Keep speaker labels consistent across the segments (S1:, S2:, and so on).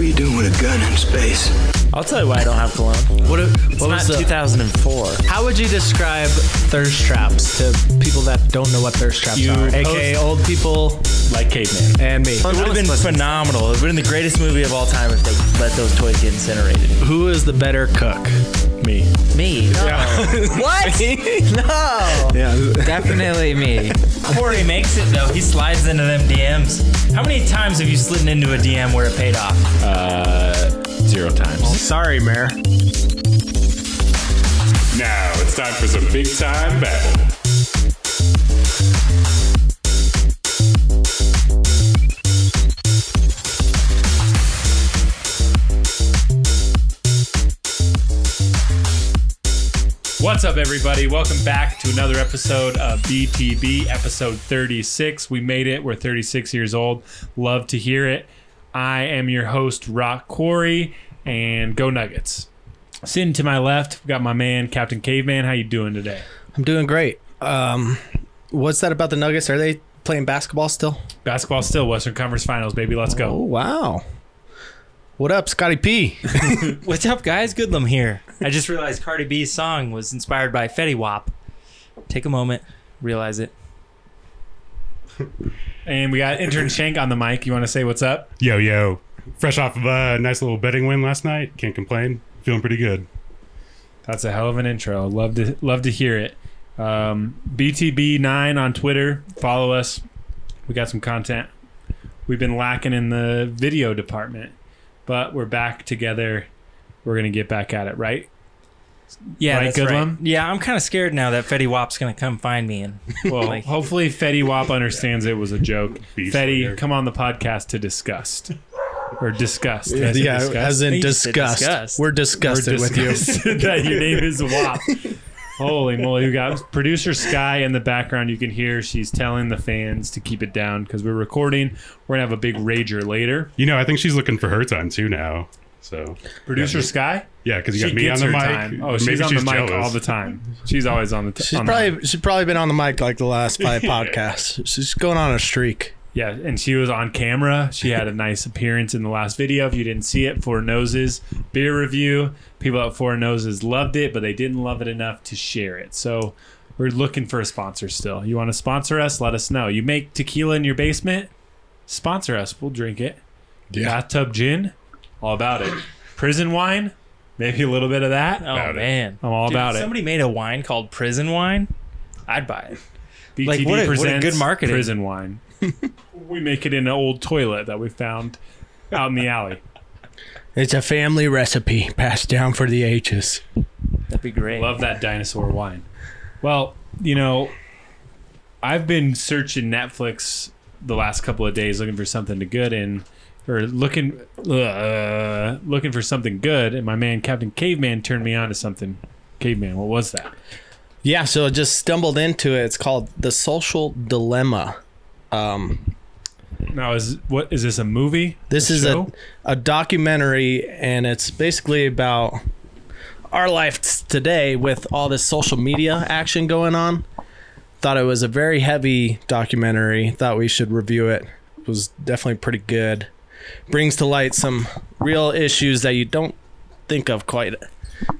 S1: you doing with a gun in space?
S2: I'll tell you why I don't have cologne.
S3: What,
S2: It's
S3: what
S2: not
S3: was the,
S2: 2004.
S3: how would you describe thirst traps to people that don't know what thirst traps
S4: You
S3: are?
S4: would
S3: AKA old people
S4: like caveman.
S3: and me.
S2: It would have been phenomenal. It would have been the greatest movie of all time if they let those toys get incinerated.
S3: Who is the better cook?
S4: Me.
S2: Me? No. What? no.
S3: Yeah.
S2: Definitely me.
S4: Corey makes it though. He slides into them DMs. How many times have you slid into a DM where it paid off?
S5: Uh, zero times.
S3: Sorry, Mayor.
S6: Now it's time for some big time babble.
S4: What's up, everybody? Welcome back to another episode of BTB, episode 36. We made it. We're 36 years old. Love to hear it. I am your host, Rock Corey, and go Nuggets. Sitting to my left, we got my man, Captain Caveman. How you doing today?
S3: I'm doing great. Um, what's that about the Nuggets? Are they playing basketball still?
S4: Basketball still, Western Conference Finals, baby. Let's
S3: Oh,
S4: go.
S3: wow. What up, Scotty P?
S7: What's up, guys? Goodlum here. I just realized Cardi B's song was inspired by Fetty Wap. Take a moment, realize it.
S4: And we got intern Shank on the mic. You want to say what's up?
S6: Yo, yo. Fresh off of a nice little betting win last night. Can't complain. Feeling pretty good.
S4: That's a hell of an intro. Love to love to hear it. Um, BTB9 on Twitter. Follow us. We got some content. We've been lacking in the video department, but we're back together. We're gonna get back at it, right?
S7: Yeah,
S4: Right,
S7: that's right.
S4: Goodlum?
S7: Yeah, I'm kind of scared now that Fetty Wap's gonna come find me and oh,
S4: Well,
S7: Like-
S4: hopefully Fetty Wap understands it was a joke.
S6: Beef
S4: Fetty,
S6: Slayer.
S4: come on the podcast to disgust or disgust. Did I say
S3: yeah,
S4: disgust?
S3: as in
S7: You just said
S3: disgust.
S7: disgust.
S3: We're
S4: We're
S3: disgusted with you.
S4: disgusted that your name is WAP. Holy moly, we got producer Sky in the background. You can hear she's telling the fans to keep it down because we're recording. We're gonna have a big rager later.
S6: You know, I think she's looking for her time too now. So,
S4: Producer Sky,
S6: yeah, because you
S4: she
S6: got me on
S4: gets
S6: the
S4: her
S6: mic.
S4: time. Oh,
S6: Maybe
S4: she's on the mic
S6: jealous.
S4: all the time. She's always on the. T-
S3: She's
S4: on the mic.
S3: probably she's probably been on the mic like the last five podcasts. She's going on a streak.
S4: yeah, and she was on camera. She had a nice appearance in the last video. If you didn't see it, Four Noses beer review. People at Four Noses loved it, but they didn't love it enough to share it. So we're looking for a sponsor still. You want to sponsor us? Let us know. You make tequila in your basement? Sponsor us. We'll drink it. Bathtub gin, all about it. Prison wine, maybe a little bit of that.
S7: oh
S6: About it.
S7: man,
S4: I'm all
S7: Dude,
S4: about
S7: if
S4: it.
S7: Somebody made a wine called Prison Wine. I'd buy it.
S4: BTD
S7: Like, what a- what a
S4: presents
S7: good marketing.
S4: prison wine. we make it in an old toilet that we found out in the alley.
S3: It's a family recipe passed down for the ages.
S7: That'd be great.
S4: Love that dinosaur wine. Well, you know, I've been searching Netflix the last couple of days looking for something to good in, or looking uh, looking for something good. And my man Captain Caveman turned me on to something. Caveman, what was that?
S3: Yeah, so I just stumbled into it. It's called The Social Dilemma. Um,
S4: Now is what is this a movie?
S3: this is a,
S4: show?
S3: a documentary, and it's basically about our lives today with all this social media action going on. Thought it was a very heavy documentary. Thought we should review it. It was definitely pretty good. Brings to light some real issues that you don't think of quite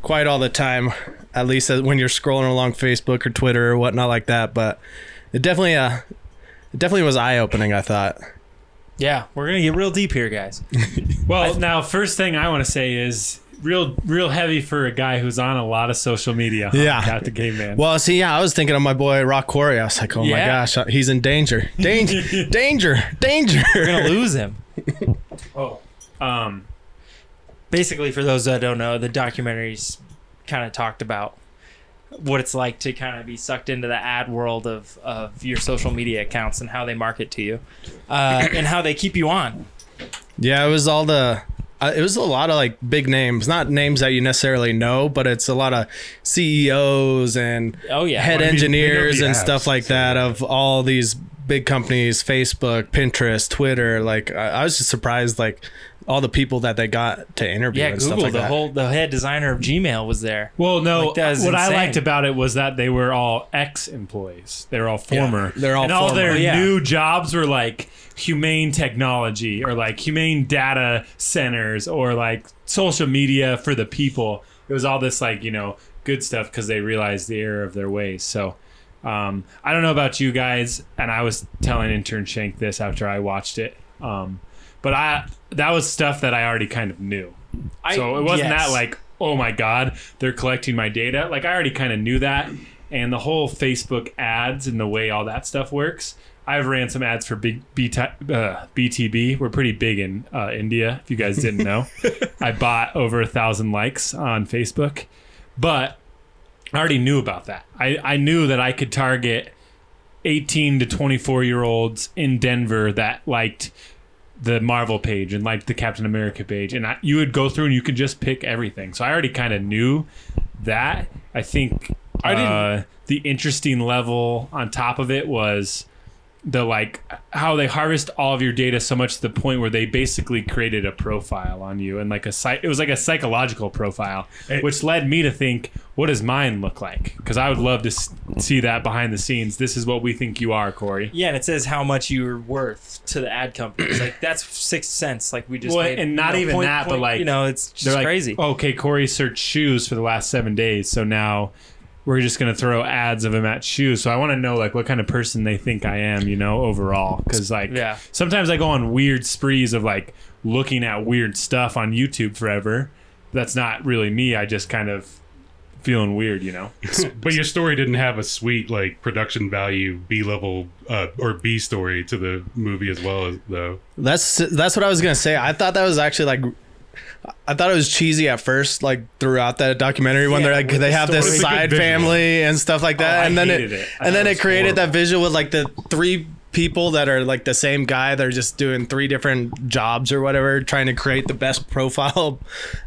S3: quite all the time. At least when you're scrolling along Facebook or Twitter or whatnot like that. But it definitely uh, it definitely was eye opening. I thought.
S7: Yeah, we're gonna get real deep here, guys.
S4: Well, now first thing I want to say is real, real heavy for a guy who's on a lot of social media. huh?
S3: Yeah.
S4: Captain Caveman.
S3: Well, see, yeah, I was thinking of my boy Rock Quarry. I was like, oh my
S7: Yeah.
S3: gosh, he's in danger, danger, danger, danger.
S7: We're gonna lose him.
S4: um,
S7: basically for those that don't know the documentaries kind of talked about what it's like to kind of be sucked into the ad world of, of your social media accounts and how they market to you uh, and how they keep you on
S3: Yeah, it was all the. Uh, it was a lot of like big names, not names that you necessarily know, but it's a lot of E CEOs and
S7: oh yeah
S3: head Oh,
S6: I mean, they know
S3: engineers
S6: the
S3: and
S6: apps,
S3: stuff like
S6: so-
S3: that of all these big companies, Facebook, Pinterest, Twitter. Like I, I was just surprised, like all the people that they got to interview.
S7: Yeah,
S3: and
S7: Google
S3: stuff like
S7: the
S3: that.
S7: whole the head designer of Gmail was there.
S4: Well, no.
S7: Like, that
S4: what
S7: is
S4: I
S7: insane.
S4: liked about it was that they were all ex-employees. They were all former.
S3: they're all
S4: and all
S3: former.
S4: their
S7: Yeah.
S4: new jobs were like humane technology or like humane data centers or like social media for the people. It was all this like you know good stuff because they realized the error of their ways. So. Um, I don't know about you guys, and I was telling intern Shank this after I watched it. Um, but I that was stuff that I already kind of knew. so it wasn't
S7: yes.
S4: that like, oh my god, they're collecting my data. Like I already kind of knew that, and the whole Facebook ads and the way all that stuff works. I've ran some ads for big BT, uh, BTB. We're pretty big in uh, India. If you guys didn't know, I bought over a thousand likes on Facebook, but I already knew about that. I, I knew that I could target 18 to 24 year olds in Denver that liked the Marvel page and liked the Captain America page. And I, you would go through and you could just pick everything. So I already kind of knew that. I think
S6: I didn't-
S4: uh, the interesting level on top of it was the like how they harvest all of your data so much to the point where they basically created a profile on you and like a site it was like a psychological profile
S6: It-
S4: which led me to think what does mine look like because i would love to s- see that behind the scenes this is what we think you are corey
S7: Yeah, and it says how much you're worth to the ad companies. Like that's six cents. Like we just
S4: Well,
S7: paid,
S4: and not
S7: you know,
S4: even
S7: point-
S4: that, but,
S7: point-
S4: like,
S7: you know, it's just
S4: they're like "Oh,
S7: crazy.
S4: okay corey searched shoes for the last seven days so now we're just going to throw ads of him at shoes so i want to know like what kind of person they think i am you know overall because like
S7: Yeah.
S4: sometimes i go on weird sprees of like looking at weird stuff on youtube forever that's not really me i just kind of feeling weird you know
S6: But your story didn't have a sweet like production value B level uh, or B story to the movie as well as though.
S3: That's that's what I was gonna say. I thought that was actually like, I thought it was cheesy at first, like throughout that documentary when
S7: Yeah,
S3: they're like
S7: with
S3: they
S7: the
S3: have
S7: story.
S3: this
S6: It's a good
S3: side
S6: visual.
S3: family and stuff like that,
S4: Oh, I
S3: and then
S4: hated it. I
S3: and then
S4: thought it
S3: it
S4: was
S3: created that
S4: horrible.
S3: visual with like the three people that are like the same guy. They're just doing three different jobs or whatever, trying to create the best profile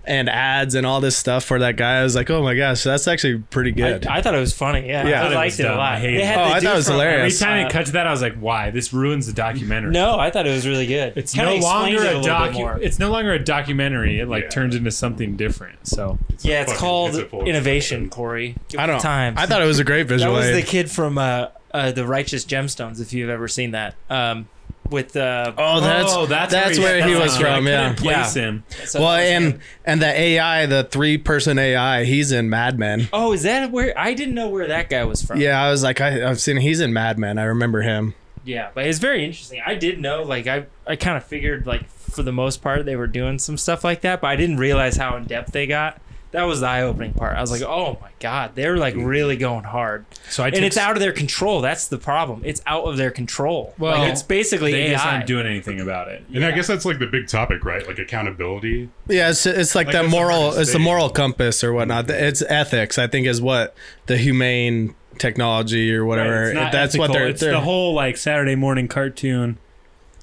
S3: and ads and all this stuff for that guy. I was like, oh my gosh, that's actually pretty good.
S7: I thought it was funny. Yeah,
S3: Yeah. I
S7: I,
S3: thought it
S7: liked
S4: was
S7: it, a
S4: dumb. I
S7: lot.
S4: hated
S7: They
S4: it.
S7: had
S3: Oh,
S7: the
S3: I
S7: dude
S3: thought it was
S7: from-
S4: every
S3: hilarious.
S4: time
S7: Uh,
S4: it cuts that i was like why this ruins the documentary
S7: No, I thought it was really good.
S4: it's
S7: Kinda
S4: no
S7: explained
S4: longer
S7: it
S4: a
S7: little bit
S4: docu-
S7: more.
S4: it's no longer a documentary it like
S6: Yeah.
S4: turns into something different so
S7: yeah, it's
S6: fucking-
S7: called
S6: it's a full-
S7: innovation, Corey. Give
S3: I
S7: it
S3: don't.
S7: Time.
S3: I thought it was a great
S7: that
S3: visual.
S7: was the
S3: aid.
S7: kid from uh, uh, the Righteous Gemstones. If you've ever seen that, um, with uh,
S3: oh, that's that's where he
S7: that's
S3: was
S7: like-
S3: from. Yeah.
S4: place
S7: Yeah.
S4: him.
S7: so-
S3: well, and and the AI, the three person AI, he's in Mad Men.
S7: oh, is that where I didn't know where that guy was from?
S3: Yeah, I was like, I, I've seen he's in Mad Men. I remember him.
S7: Yeah, but it's very interesting. I did know, like, I, I kind of figured, like, for the most part, they were doing some stuff like that, but I didn't realize how in depth they got. That was the eye opening part. I was like, oh my God, they're like really going hard.
S4: So I
S7: and
S4: took
S7: it's
S4: s-
S7: out of their control. That's the problem. It's out of their control.
S4: Well,
S7: like, it's basically
S4: They just
S7: AI.
S4: aren't doing anything about it.
S6: And I guess that's like the big topic, right? Like accountability.
S3: Yeah, it's, it's like,
S6: Like,
S3: that
S6: that's a
S3: moral,
S6: pretty
S3: it's the
S6: state.
S3: moral compass or whatnot. The- It's ethics, I think, is what the humane technology or whatever.
S4: It's not
S3: That's what
S4: ethical.
S3: they're.
S4: It's
S3: they're-
S4: the whole like Saturday morning cartoon.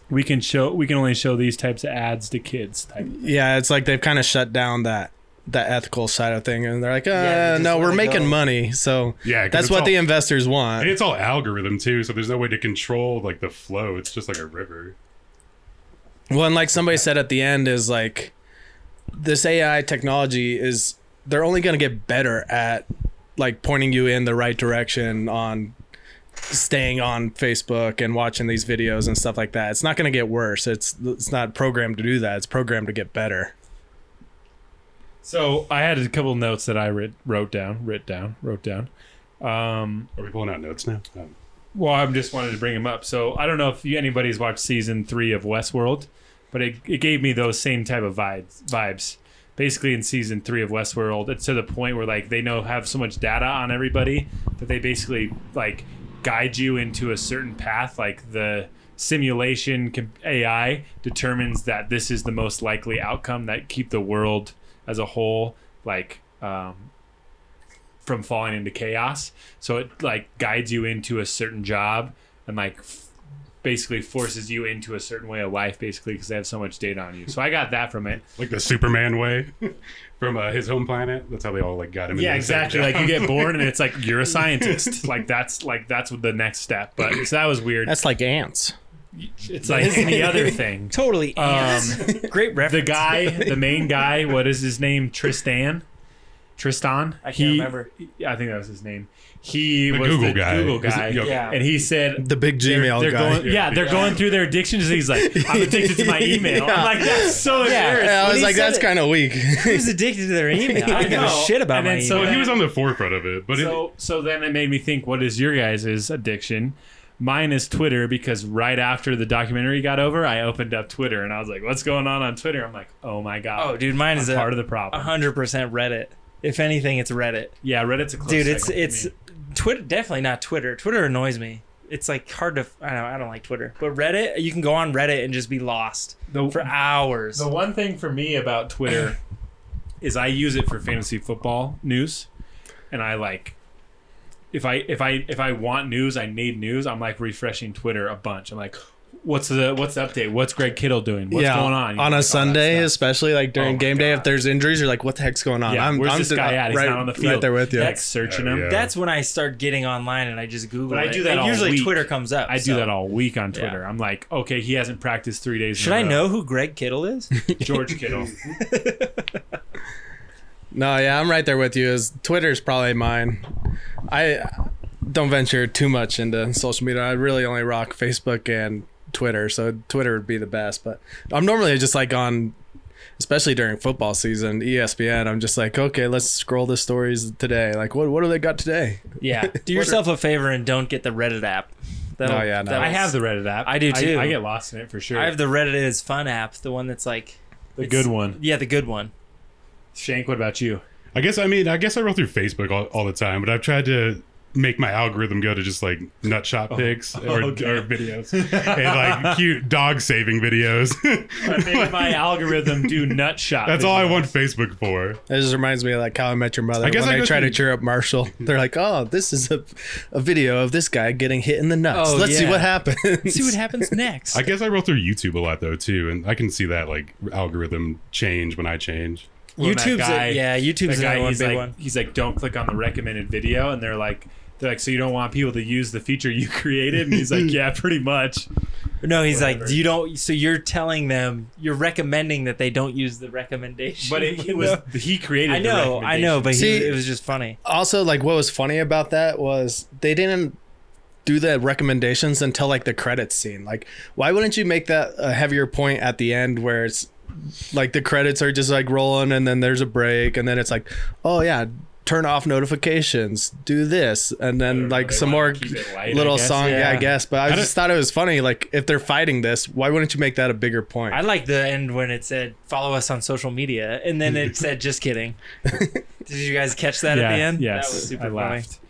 S4: We can show. We can only show these types of ads to kids. Type.
S3: yeah, it's like they've kind of shut down that that ethical side of thing, and they're like, uh,
S7: they just
S3: no,
S7: let
S3: we're
S7: it
S3: making
S7: go.
S3: money, so
S6: Yeah, 'cause
S3: that's
S6: it's
S3: what the
S6: all-
S3: investors
S6: And
S3: want.
S6: it's all algorithm too, so there's no way to control like the flow. It's just like a river.
S3: Well, and like somebody said at the end is like this AI technology is they're only going to get better at like pointing you in the right direction on staying on Facebook and watching these videos and stuff like that. It's not going to get worse. It's it's not programmed to do that. It's programmed to get better.
S4: So I had a couple notes that I writ, wrote down, writ down, wrote down. Um,
S6: Are we pulling out notes now? Um,
S4: well, I just wanted to bring them up. So I don't know if you, anybody's watched season three of Westworld, but it, it gave me those same type of vibes. Vibes. Basically, in season three of Westworld, it's to the point where like they know have so much data on everybody that they basically like guide you into a certain path. Like the simulation com- AI determines that this is the most likely outcome that keep the world as a whole like um, from falling into chaos. So it like guides you into a certain job and like f- basically forces you into a certain way of life, basically, because they have so much data on you. So I got that from it.
S6: like the Superman way from uh, his home planet. That's how they all like got him.
S4: yeah
S6: into the same
S4: exactly
S6: job.
S4: like you get born and it's like you're a scientist like that's like that's the next step but so that was weird
S3: That's like ants.
S4: it's like any other thing
S7: Totally.
S3: Uh,
S4: um
S7: Great
S4: the
S7: reference.
S4: guy the main guy what is his name tristan tristan
S7: I can't
S4: He-
S7: remember.
S4: i think that was his name he
S6: The
S4: was
S6: Google
S4: the
S6: guy.
S4: google guy
S6: Is it-
S7: Yeah.
S4: and he said
S3: The big Gmail
S4: they're
S3: guy.
S4: going, yeah, they're going through their addictions. He's like, I'm addicted to my email.
S3: Yeah.
S4: I'm like, that's so
S7: Yeah.
S4: embarrassing.
S3: Yeah, I
S7: When
S3: was
S7: he
S3: like,
S7: said
S3: that's
S7: it-
S3: kind of weak.
S7: Who's addicted to their email? I don't give a
S4: know.
S7: shit about
S4: And
S7: my
S4: then so
S7: email.
S6: He was on the forefront of it, but it,
S4: so so then it made me think what is your guys' addiction mine is twitter because right after the documentary got over i opened up twitter and i was like what's going on on twitter i'm like oh my god
S7: oh, dude, mine is a
S4: part of the problem
S7: hundred percent Reddit. If anything, it's Reddit.
S4: yeah reddit's a close
S7: Dude, it's
S4: second for
S7: it's
S4: me.
S7: Twitter. Definitely not Twitter. Twitter annoys me. It's like hard to. I don't. I don't like Twitter. But Reddit, you can go on Reddit and just be lost
S4: The-
S7: for hours.
S4: the one thing for me about twitter is i use it for fantasy football news and i like if i if i if i want news i need news i'm like refreshing twitter a bunch i'm like What's the what's the update? What's Greg Kittle doing? What's going on? You know,
S3: on
S4: like, "Oh, all
S3: a
S4: that
S3: Sunday,
S4: stuff. Oh
S3: especially like during
S4: my
S3: game day,
S4: God.
S3: if there's injuries, you're like, what the heck's going on?
S4: Yeah, where's this
S3: th-
S4: guy at? He's
S3: right,
S4: not on the
S3: Right
S4: field.
S3: there with you.
S4: That's searching him.
S6: Yeah.
S7: That's when I start getting online and I just Google.
S4: But I
S7: it.
S4: do that
S7: And
S4: all
S7: usually
S4: week.
S7: Twitter comes up.
S4: I do
S7: so.
S4: that all week on Twitter. I'm like, okay, he hasn't practiced three days. in
S7: Should
S4: a
S7: I
S4: row.
S7: know who Greg Kittle is?
S4: George Kittle?
S3: no, yeah, I'm right there with you. Is Twitter's probably mine. I don't venture too much into social media. I really only rock Facebook and Twitter, so Twitter would be the best. But I'm normally just like on, especially during football season, E ESPN. I'm just like, okay, let's scroll the stories today. Like, what what do they got today?
S7: yeah. Do yourself a favor and don't get the Reddit app. That'll-
S3: Oh, yeah, no.
S7: that'll-
S4: I have the Reddit app.
S7: I do too.
S4: I, get lost in it for sure.
S7: I have the Reddit is fun app, the one that's like
S4: the
S7: it's-
S4: good one.
S7: Yeah, the good one.
S4: Shank, what about you?
S6: I guess I mean I guess I roll through Facebook all, all the time, but I've tried to make my algorithm go to just like nut shot
S4: Oh.
S6: pics or, or videos and like cute dog saving videos.
S4: my algorithm do nut shot.
S6: That's all I want Facebook for.
S3: It just reminds me of like how I met your mother.
S6: I guess
S3: when
S6: I
S3: they
S6: go
S3: try to
S6: through-
S3: cheer up Marshall, they're like, "Oh, this is a, a video of this guy getting hit in the nuts.
S7: Oh,
S3: Let's see
S7: yeah.
S3: what happens."
S7: See what happens next.
S6: I guess I roll through YouTube a lot though too, and I can see that like algorithm change when I change.
S4: When that
S7: YouTube's
S4: guy-
S7: a, yeah, YouTube's
S4: That guy,
S7: another one
S4: he's
S7: big
S4: like,
S7: one.
S4: he's like, don't click on the recommended video, and they're like, they're like, so you don't want people to use the feature you created? And he's like, yeah, pretty much.
S7: No, he's like
S4: whatever.
S7: you don't. So you're telling them you're recommending that they don't use the recommendation.
S4: But it, he
S7: No.
S4: was he created.
S7: I know,
S4: the
S7: I know, but he,
S3: See-
S7: it was just funny.
S3: also, like, what was funny about that was they didn't do the recommendations until like the credits scene. Like, why wouldn't you make that a heavier point at the end where it's like the credits are just like rolling and then there's a break and then it's like, oh yeah, turn off notifications, do this, and then like some more little song. Yeah. I guess. But I, just thought it was funny. Like, if they're fighting this, why wouldn't you make that a bigger point?
S7: I like the end when it said follow us on social media, and then it said just kidding. Did you guys catch that at the end?
S4: Yes,
S7: that was super
S4: I
S7: funny.
S4: laughed.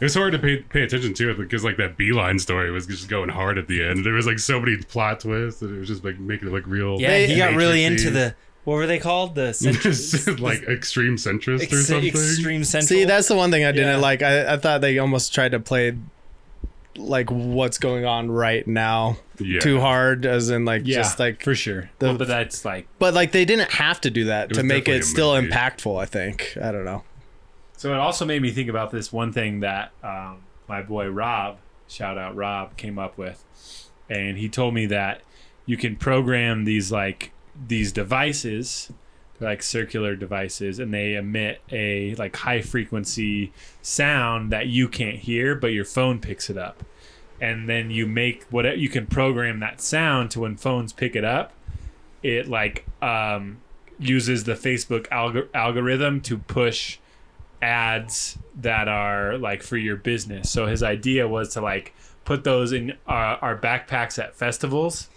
S6: It was hard to pay, pay attention to it because like that beeline story was just going hard at the end. There was like so many plot twists that it was just like making it look real.
S7: Yeah, he got really
S6: matrixy.
S7: into the what were they called? The centri-
S6: Just, like extreme centrist or
S7: ex-
S6: something.
S7: extreme central.
S3: See, that's the one thing I
S7: Yeah.
S3: didn't like. I, I thought they almost tried to play like what's going on right now
S6: yeah.
S3: too hard, as in like
S4: Yeah,
S3: just like.
S4: for sure.
S3: the-
S4: Well, but that's like
S3: but like they didn't have to do that
S6: It
S3: to
S6: was
S3: make
S6: definitely
S3: it
S6: a
S3: still
S6: movie.
S3: impactful. I think I don't know.
S4: So it also made me think about this one thing that um, my boy Rob, shout out Rob, came up with, and he told me that you can program these like these devices, they're like circular devices, and they emit a like high frequency sound that you can't hear, but your phone picks it up, and then you make whatever you can program that sound to when phones pick it up, it like um, uses the Facebook algor- algorithm to push ads that are like for your business. So his idea was to like put those in our, our backpacks at festivals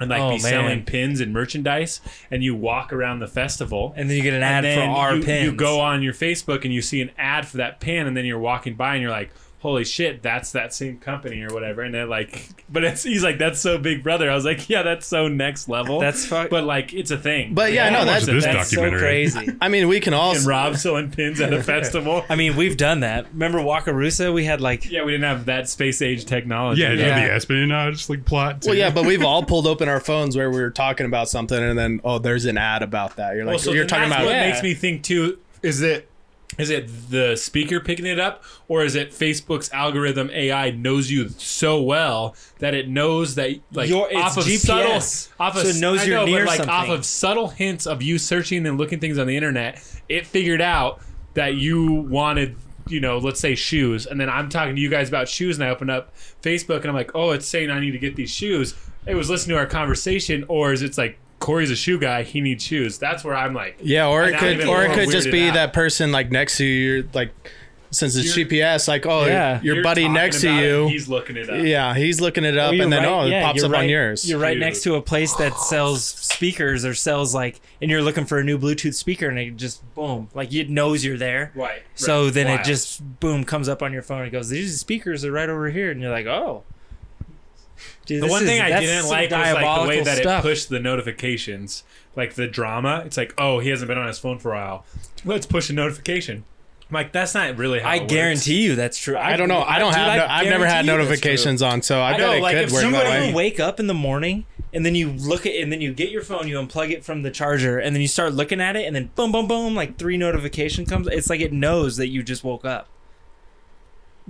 S4: and like
S7: Oh,
S4: be
S7: man.
S4: selling pins and merchandise and you walk around the festival
S7: and then you get an ad
S4: and
S7: for
S4: then
S7: our
S4: you,
S7: pins.
S4: you go on your Facebook and you see an ad for that pin and then you're walking by and you're like holy shit, that's that same company or whatever. And they're like, but it's, he's like, that's so Big Brother. I was like, yeah, that's so next level.
S7: That's fuck.
S4: but like, it's a thing.
S3: But yeah, no,
S6: Watch
S3: that's
S6: this
S7: that's so
S6: documentary.
S7: crazy.
S3: I mean, we can all
S4: and Rob selling pins at a festival.
S7: I mean, we've done that. Remember Wakarusa? We had like
S4: yeah, we didn't have that space age technology.
S6: Yeah, yeah,
S7: Yeah.
S6: the espionage like plot. Too.
S3: Well, yeah, but we've all pulled open our phones where we were talking about something, and then oh, there's an ad about that. You're like,
S4: Well, so
S3: you're
S4: then
S3: talking
S4: that's
S3: about
S4: what
S7: Yeah.
S4: makes me think too is it is it the speaker picking it up or is it facebook's algorithm ai knows you so well that it knows that like
S7: Your- it's
S4: off of
S7: GPS,
S4: subtle off of
S7: so it knows
S4: I
S7: you're
S4: know, but,
S7: near
S4: like off
S7: something.
S4: of subtle hints of you searching and looking things on the internet it figured out that you wanted you know, let's say shoes, and then I'm talking to you guys about shoes, and I open up Facebook, and I'm like, oh, it's saying I need to get these shoes. It was listening to our conversation, or is it's like Corey's a shoe guy, he needs shoes. That's where I'm like,
S3: yeah, or it
S4: not
S3: could
S4: even
S3: or it
S4: more
S3: could just
S4: weirded
S3: be
S4: out.
S3: that person like next to you, like since it's
S4: You're-
S3: GPS, like oh,
S7: Yeah.
S3: your
S4: You're
S3: buddy
S4: talking
S3: next to
S4: about it,
S3: you,
S4: he's looking it up.
S3: yeah, he's looking it up,
S7: Well, you're
S3: and then
S7: right.
S3: oh, it
S7: Yeah,
S3: pops
S7: you're
S3: up on
S7: right-
S3: yours.
S7: You're right
S4: Dude.
S7: next to a place that sells speakers or sells like, and you're looking for a new Bluetooth speaker, and it just boom, like it knows you're there.
S4: Right.
S7: So
S4: right.
S7: then
S4: Wild.
S7: it just boom comes up on your phone and goes, "These speakers are right over here," and you're like, "Oh." Dude,
S4: the
S7: this
S4: one
S7: is-
S4: thing I
S7: that's
S4: didn't
S7: some
S4: like was like the way
S7: diabolical
S4: that
S7: stuff.
S4: it pushed the notifications, like the drama. It's like, oh, he hasn't been on his phone for a while. Let's push a notification. I'm like, that's not really how
S7: I
S4: it works.
S7: guarantee you that's true.
S3: I don't know. I don't
S7: dude,
S3: have.
S7: I
S3: No, I've never had
S7: guarantee you that's
S3: notifications on, so I,
S7: I
S3: bet
S7: know,
S3: it
S7: like
S3: could
S7: if
S3: work that
S7: somebody
S3: way.
S7: will wake up in the morning and then you look at and then you get your phone, you unplug it from the charger, and then you start looking at it, and then boom, boom, boom, like three notification comes. It's like it knows that you just woke up.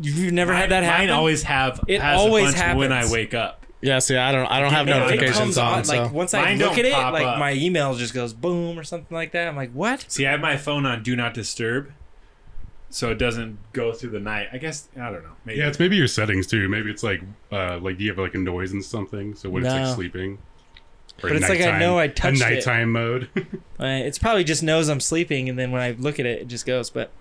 S7: You've never had that happen.
S4: Mine always have.
S7: It
S4: has
S7: always
S4: a bunch when I
S7: happens.
S4: wake up.
S3: Yeah, see, I don't. I don't have
S4: It- it
S7: It
S3: notifications
S7: comes
S3: on.
S7: on,
S3: so
S7: like once I
S4: Mine
S7: look
S4: don't
S7: at it,
S4: pop
S7: like
S4: up.
S7: my email just goes boom or something like that. I'm like, what?
S4: See, I have my phone on do not disturb, so it doesn't go through the night. I guess I don't know. Maybe.
S6: Yeah, it's maybe your settings too. Maybe it's like, uh, like do you have like a noise and something? So when it's
S7: No.
S6: like sleeping, or
S7: But it's like I know I
S6: a
S7: touched it.
S6: nighttime mode.
S7: Uh, it's probably just knows I'm sleeping, and then when I look at it, it just goes. But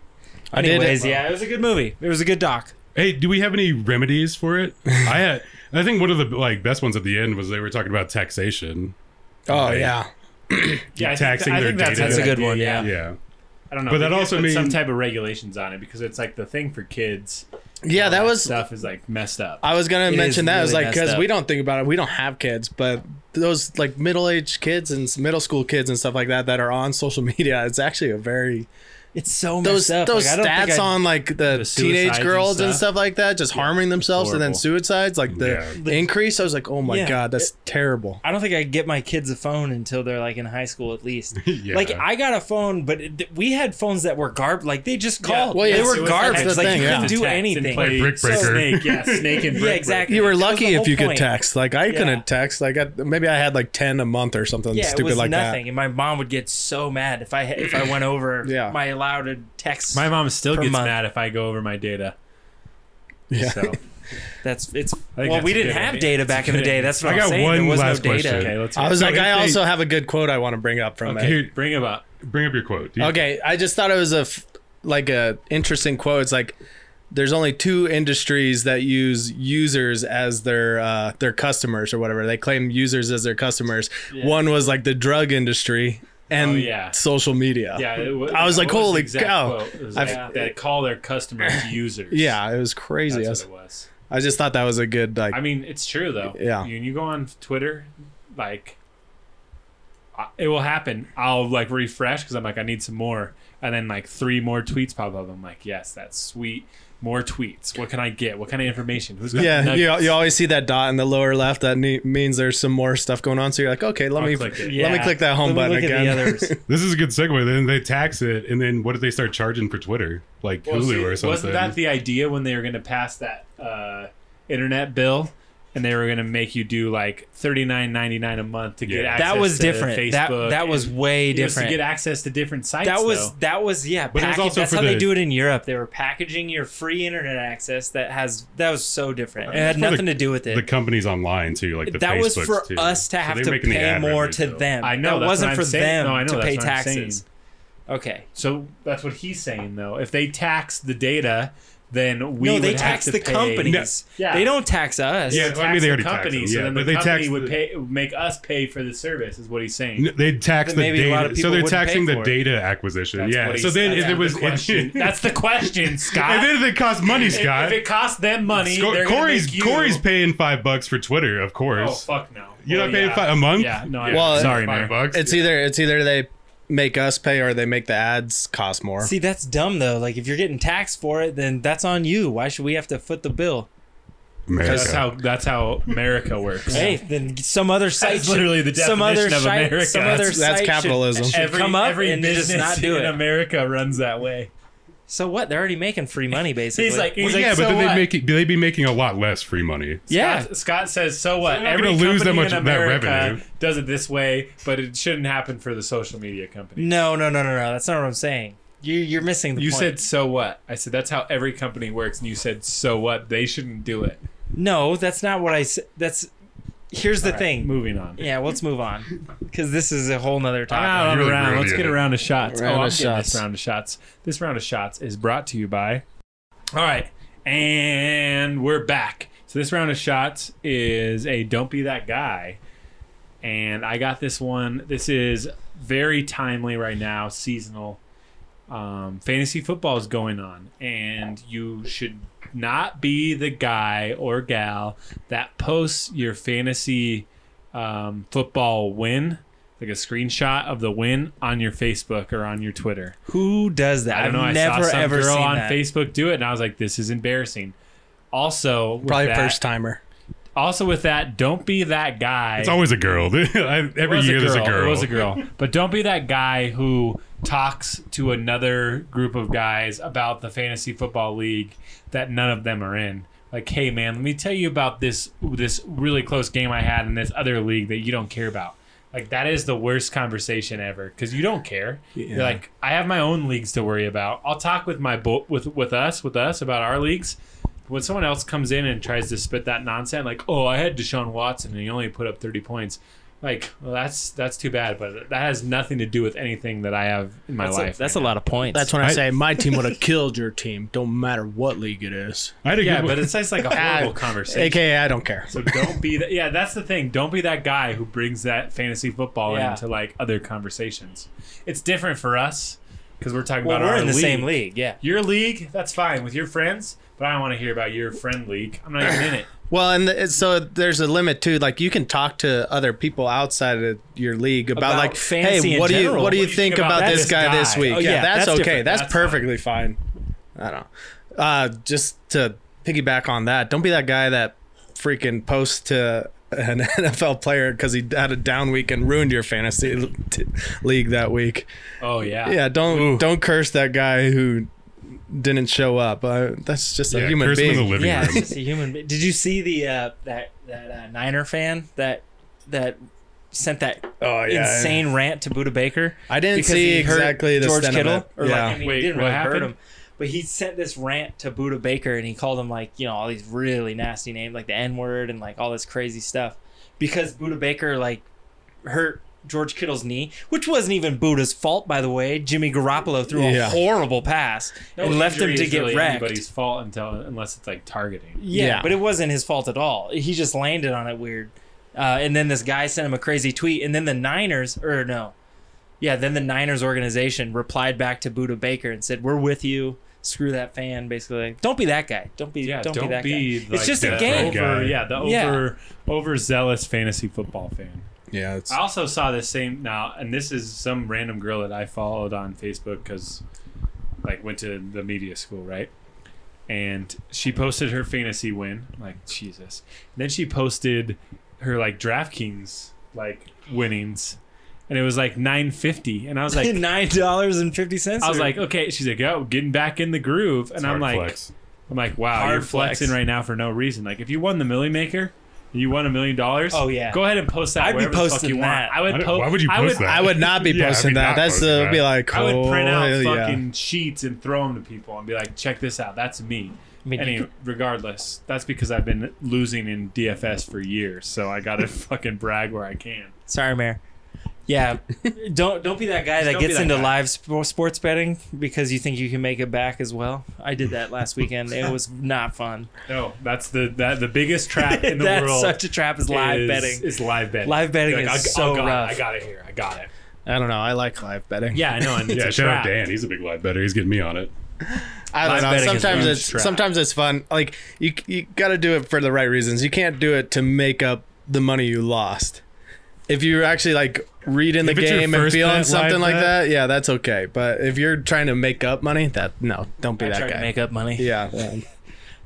S3: I did
S7: anyways,
S3: it.
S7: yeah, it was a good movie. It was a good doc.
S6: hey, do we have any remedies for it? I had, I think one of the like best ones at the end was they were talking about taxation.
S3: Oh
S6: Like,
S3: yeah.
S4: Yeah, I think
S6: taxing
S4: that- I
S6: their
S4: think
S6: data.
S7: That's a good
S4: idea,
S7: one, yeah.
S6: Yeah,
S4: I don't know,
S6: But that
S4: maybe
S6: also
S4: put some
S6: means-
S4: type of regulations on it because it's like the thing for kids.
S3: Yeah, that
S4: All
S3: was.
S4: stuff is like messed up.
S3: I was gonna
S7: oh, It
S3: mention
S7: is
S3: that. I was
S7: really
S3: like,
S7: messed
S3: because
S7: up.
S3: we don't think about it. We don't have kids, but those like middle-aged kids and s- middle school kids and stuff like that that are on social media. It's actually a very
S7: It's so
S3: those
S7: messed up.
S3: those
S7: Like, I don't think
S3: stats
S7: I-
S3: on like the,
S4: The suicides
S3: teenage
S4: and
S3: girls and stuff.
S4: stuff.
S3: like that, just harming themselves and then
S4: Horrible.
S3: suicides, like the
S6: Yeah.
S3: the increase. I was like, oh my
S7: Yeah.
S3: god, that's terrible.
S7: I don't think I could get my kids a phone until they're like in high school at least.
S6: Yeah.
S7: Like I got a phone, but it, we had phones that were garb. Like they just called.
S3: Well, yeah,
S7: they
S3: so
S7: were
S3: it was-
S7: garbage.
S3: that's the
S7: like
S3: thing,
S7: you
S3: yeah.
S7: couldn't do
S4: Text and
S7: anything.
S4: play
S6: Like Brick Breaker.
S4: Snake, yeah, Snake and
S7: Yeah,
S4: Brick Breaker.
S7: exactly.
S3: You
S7: That
S3: were
S7: was the
S3: lucky if
S7: whole
S3: you could
S7: point.
S3: text. Like I
S7: Yeah.
S3: couldn't text. Like I, maybe I had like ten a month or something
S7: Yeah, it
S3: stupid
S7: was
S3: like
S7: nothing, and my mom would get so mad if I if I went over
S3: Yeah.
S7: my allowed text.
S4: My mom still
S7: Per
S4: gets
S7: month.
S4: mad if I go over my data.
S3: that. Yeah.
S4: So
S7: That's it's.
S4: think
S7: Well,
S4: that's
S7: we
S4: a
S7: didn't
S4: good
S7: have
S4: idea.
S7: data
S4: That's
S7: back
S4: a
S7: in the
S4: good
S7: day.
S4: idea.
S7: That's what
S6: I
S7: I'm
S6: got
S7: saying.
S6: one
S7: there was
S6: last
S7: no data.
S6: question.
S4: okay, let's.
S3: I was
S6: So
S3: like,
S6: if
S3: I
S6: they-
S3: also have a good quote I want to bring up from it.
S4: okay, bring him up.
S6: bring up your quote. Do you-
S3: Okay, I just thought it was a f- like a interesting quote. It's like there's only two industries that use users as their uh, their customers or whatever. They claim users as their customers. One was like the drug industry and
S4: Oh, yeah.
S3: social media.
S4: Yeah, it wa-
S3: I was
S4: yeah,
S3: like,
S4: what the
S3: holy
S4: exact
S3: cow.
S4: quote? It was
S3: I've-
S4: like, that call their customers users.
S3: Yeah, it was crazy.
S4: that's
S3: I,
S4: what
S3: was-
S4: it was.
S3: I just thought that was a good like.
S4: I mean, it's true though.
S3: Yeah.
S4: When you go on Twitter, like, I- it will happen. I'll like refresh because I'm like, I need some more, and then like three more tweets pop up. I'm like, yes, that's sweet. More tweets. What can I get? What kind of information? Who's got
S3: yeah,
S4: nuggets?
S3: you, you always see that dot in the lower left. That ne- means there's some more stuff going on. So you're like, okay, let
S4: I'll
S3: me
S4: click it.
S3: let me
S7: Yeah.
S3: click that home
S7: Let me
S3: button
S7: look at the
S3: again.
S7: others.
S6: This is a good segue. Then they tax it, and then what did they start charging for Twitter? Like
S4: Well,
S6: Hulu
S4: see,
S6: or something.
S4: Wasn't that the idea when they were going to pass that uh, internet bill, and they were going to make you do like thirty nine ninety nine a month to get
S6: Yeah.
S4: access
S7: that was
S4: to
S7: different.
S4: Facebook
S7: That that was
S4: and-
S7: way
S4: It was to
S7: different.
S4: get access to different sites.
S7: that was
S4: though.
S7: that was yeah.
S6: But it was
S7: package-
S6: also
S7: that's
S6: for
S7: how they
S6: the-
S7: do it in Europe. They were packaging your free internet access that has that was so different. It had
S6: For the-
S7: nothing to do with
S6: The
S7: it.
S6: companies online too, like the
S7: that was
S6: Facebooks,
S7: for
S6: too.
S7: us to
S6: So
S7: have
S6: they're
S7: to
S6: making the
S7: pay
S6: ad
S7: more
S6: revenue,
S7: to
S6: though.
S7: them.
S4: I know, that's
S7: that
S4: what
S7: wasn't
S4: I'm
S7: for
S4: saying.
S7: them
S4: No, I know,
S7: to
S4: that's
S7: pay
S4: what I'm saying.
S7: taxes. Okay,
S4: So that's what he's saying though. If they tax the data, then we
S7: no,
S4: would
S7: they
S4: have
S7: tax
S4: to
S7: the
S4: pay-
S7: companies.
S4: Yeah.
S7: They don't tax us.
S6: Yeah.
S4: Tax
S6: I mean, they
S4: the
S6: already tax
S4: company,
S6: them,
S4: so
S6: yeah,
S4: then
S6: but
S4: the
S6: they
S4: company
S6: tax
S4: would
S6: the-
S4: pay make us pay for the service is what he's saying.
S6: N- They tax
S7: Then
S6: the
S7: maybe a lot of
S6: data, so
S7: people
S6: they're
S7: wouldn't
S6: taxing
S7: pay
S6: the
S7: for it.
S6: data acquisition.
S4: That's
S6: yeah.
S4: what
S6: So
S4: he's-
S6: then
S4: that's
S6: it
S4: the
S6: was,
S4: question. that's the question, Scott.
S6: and then if it costs money,
S4: If-
S6: Scott.
S4: If, it costs them money,
S6: Sco-
S4: they're gonna
S6: Corey's
S4: make you-
S6: Corey's paying five bucks for Twitter, of
S4: Oh
S6: course.
S4: fuck no!
S6: You're
S4: Well,
S6: not paying
S4: yeah.
S6: five a month.
S4: Yeah, no. I-
S3: Well,
S4: sorry, man.
S6: five bucks.
S3: It's either it's either they make us pay or they make the ads cost more.
S7: See, that's dumb though. Like if you're getting taxed for it, then that's on you. Why should we have to foot the bill?
S6: America.
S4: That's how that's how America works.
S7: Hey, then some other site.
S4: That's literally
S7: should-
S4: the
S7: some other
S4: definition of
S7: site,
S4: America.
S7: Some
S4: That's-
S7: other
S3: that's
S7: site should-
S3: capitalism.
S7: Should,
S4: Every,
S7: come up
S4: every
S7: and
S4: business
S7: just not do
S4: in
S7: it.
S4: America runs that way.
S7: So what? They're already making free money basically.
S4: He's like, he's
S6: yeah,
S4: like,
S6: but
S4: so
S6: then they
S4: what?
S6: make it, they'd be making a lot less free money.
S7: yeah,
S4: Scott, Scott says, so what?
S6: not gonna lose that
S4: company
S6: much
S4: in
S6: of that
S4: America
S6: revenue.
S4: Does it this way, but it shouldn't happen for the social media company.
S7: no, no, no, no, no. That's not what I'm saying. You, you're missing the
S4: You
S7: point.
S4: said so what? I said that's how every company works, and you said so what? They shouldn't do it.
S7: no. That's not what I said. That's here's the
S4: All right,
S7: thing.
S4: Moving on.
S7: Yeah, let's move on because this is a whole nother topic.
S4: Ah,
S6: You really
S4: round.
S6: ruined
S4: Let's
S6: it.
S4: get a round of shots.
S3: Round
S4: oh, I'm
S3: of
S4: getting
S3: shots.
S4: This round of shots. This round of shots is brought to you by. All right, and we're back. So this round of shots is a "Don't Be That Guy," and I got this one. This is very timely right now, seasonal. Um, fantasy football is going on, and you should not be the guy or gal that posts your fantasy um, football win, like a screenshot of the win on your Facebook or on your Twitter.
S7: Who does that?
S4: I don't know.
S7: have
S4: I
S7: never
S4: saw some
S7: ever
S4: girl
S7: seen
S4: on
S7: that.
S4: Facebook do it, and I was like, "This is embarrassing." Also, with
S3: Probably
S4: that,
S3: first timer.
S4: Also, with that, don't be that guy.
S6: It's always a girl. I-
S4: It
S6: Every
S4: was
S6: year there's a
S4: It
S6: girl.
S4: was a girl, but don't be that guy who talks to another group of guys about the fantasy football league that none of them are in. Like, hey man, let me tell you about this this really close game I had in this other league that you don't care about. Like that is the worst conversation ever because you don't care. You're like, I have my own leagues to worry about. I'll talk with my bo- with with us with us about our leagues. When someone else comes in and tries to spit that nonsense, like, oh, I had Deshaun Watson and he only put up thirty points. Like, well, that's that's too bad, but that has nothing to do with anything that I have in my
S7: That's,
S4: life.
S7: a, that's a lot of points.
S3: That's when I,
S6: I-
S3: say my team would have killed your team. Don't matter what league it is.
S6: I had a
S4: yeah,
S6: good
S4: but it's just like a horrible
S3: Ah,
S4: conversation.
S3: AKA, I don't care.
S4: So don't be that. Yeah, that's the thing. Don't be that guy who brings that fantasy football
S7: Yeah.
S4: into like other conversations. It's different for us because we're talking
S7: well,
S4: about
S7: we're
S4: our
S7: in the
S4: league.
S7: same league. Yeah.
S4: Your league, that's fine with your friends, but I don't want to hear about your friend league. I'm not even in it.
S3: Well, and the, it's- so there's a limit too. Like you can talk to other people outside of your league about,
S7: About
S3: like,
S7: fantasy
S3: hey,
S7: in
S3: what do you
S7: general.
S3: what do you think about, this
S4: this
S3: guy,
S4: guy?
S3: this week?
S7: Oh,
S3: yeah,
S7: yeah,
S3: that's,
S7: that's
S3: okay.
S7: different.
S3: That's,
S4: That's fine.
S3: perfectly fine. I don't. know. Uh, just to piggyback on that, don't be that guy that freaking posts to an NFL player because he had a down week and ruined your fantasy l- t- league that week.
S4: Oh yeah.
S3: Yeah, don't don't curse that guy who didn't show up. Uh, that's just a
S6: yeah,
S3: human
S6: curse him in the
S3: being.
S6: living
S7: Yeah, it's
S6: room.
S7: just a human. be- Did you see the uh, that that uh, Niner fan that that sent that
S3: Oh yeah,
S7: insane rant to Buda Baker?
S3: I didn't
S7: Because
S3: see
S7: he hurt
S3: exactly the
S7: George
S3: sentiment.
S7: Kittle, or
S3: yeah.
S7: like, I mean,
S4: Wait,
S7: he didn't
S4: what
S7: really hurt
S4: happened?
S7: him, but he sent this rant to Buda Baker, and he called him like you know all these really nasty names, like the N word and like all this crazy stuff, because Buda Baker like hurt. George Kittle's knee, which wasn't even Buda's fault, by the way. Jimmy Garoppolo threw
S3: Yeah.
S7: a horrible pass
S4: No
S7: and left
S4: injury
S7: him to
S4: is
S7: get
S4: really
S7: wrecked.
S4: Anybody's fault until unless it's like targeting.
S7: Yeah,
S3: Yeah.
S7: but it wasn't his fault at all. He just landed on it weird. Uh, and then this guy sent him a crazy tweet, and then the Niners, or no, yeah, then the Niners organization replied back to Buda Baker and said, "We're with you. Screw that fan." Basically, like, don't be that guy. Don't be.
S4: Yeah,
S7: don't, be
S4: don't,
S7: that
S4: be.
S7: guy.
S4: like,
S7: it's just
S4: the
S7: a game.
S4: Over,
S6: Guy.
S4: yeah, the
S7: Yeah.
S4: over overzealous fantasy football fan.
S3: Yeah, it's
S4: I also saw this same now, and this is some random girl that I followed on Facebook because, like, went to the media school, right? And she posted her fantasy win, I'm like Jesus. then she posted her like DraftKings like winnings, and it was like nine fifty, and I was like,
S7: Nine dollars and fifty cents.
S4: I was like, okay. She's like, oh, getting back in the groove, and I'm
S6: Hard
S4: like,
S6: flex.
S4: I'm like, wow,
S7: Hard
S4: you're flexing
S7: flex.
S4: right now for no reason. Like, if you won the Millie Maker, you won a million dollars.
S7: Oh, yeah.
S4: go ahead and post that.
S7: I'd be
S4: wherever the fuck
S7: posting
S4: you
S7: that.
S4: Want. I
S6: Why
S4: would.
S6: do-
S4: post.
S6: why would you
S4: I
S6: post that?
S3: I would not be
S6: Yeah, I'd
S3: posting
S6: be
S3: that.
S6: not
S3: That's
S6: posting
S3: the
S6: that.
S3: be like,
S4: I would print out
S3: "Oh, yeah."
S4: fucking sheets and throw them to people and be like, check this out. That's me.
S7: I mean,
S4: Any, regardless, that's because I've been losing in DFS for years, so I gotta fucking brag where I can.
S7: sorry, Mayor. Yeah, don't don't be that guy that
S5: don't be
S7: gets
S5: that
S7: into
S5: guy.
S7: live sp- sports betting because you think you can make it back as well. I did that last weekend. It was not fun.
S4: No, that's the that the biggest trap in the
S7: That's
S4: world.
S7: such a trap is live
S4: is-
S7: betting.
S4: is live betting.
S7: Live betting
S4: You're
S7: is
S4: like, I-
S7: so
S4: oh, God,
S7: rough.
S4: I got it here. I got it.
S3: I don't know. I like live betting.
S4: Yeah, I know. And it's
S6: yeah,
S4: a
S6: shout out
S4: trap.
S6: Dan. He's a big live better. He's getting me on it.
S3: I
S4: Live
S3: don't know.
S4: betting is
S3: Sometimes
S4: huge
S3: it's
S4: trap.
S3: sometimes it's fun. Like you you got to do it for the right reasons. You can't do it to make up the money you lost. If you're actually like reading
S6: If
S3: the
S6: it's your
S3: game and
S6: first bet,
S3: feeling
S6: live
S3: something like
S6: bet.
S3: that, yeah, that's okay. But if you're trying to make up money, that no, don't be
S7: I
S3: that
S7: tried to
S3: guy.
S7: make up money.
S3: yeah, um,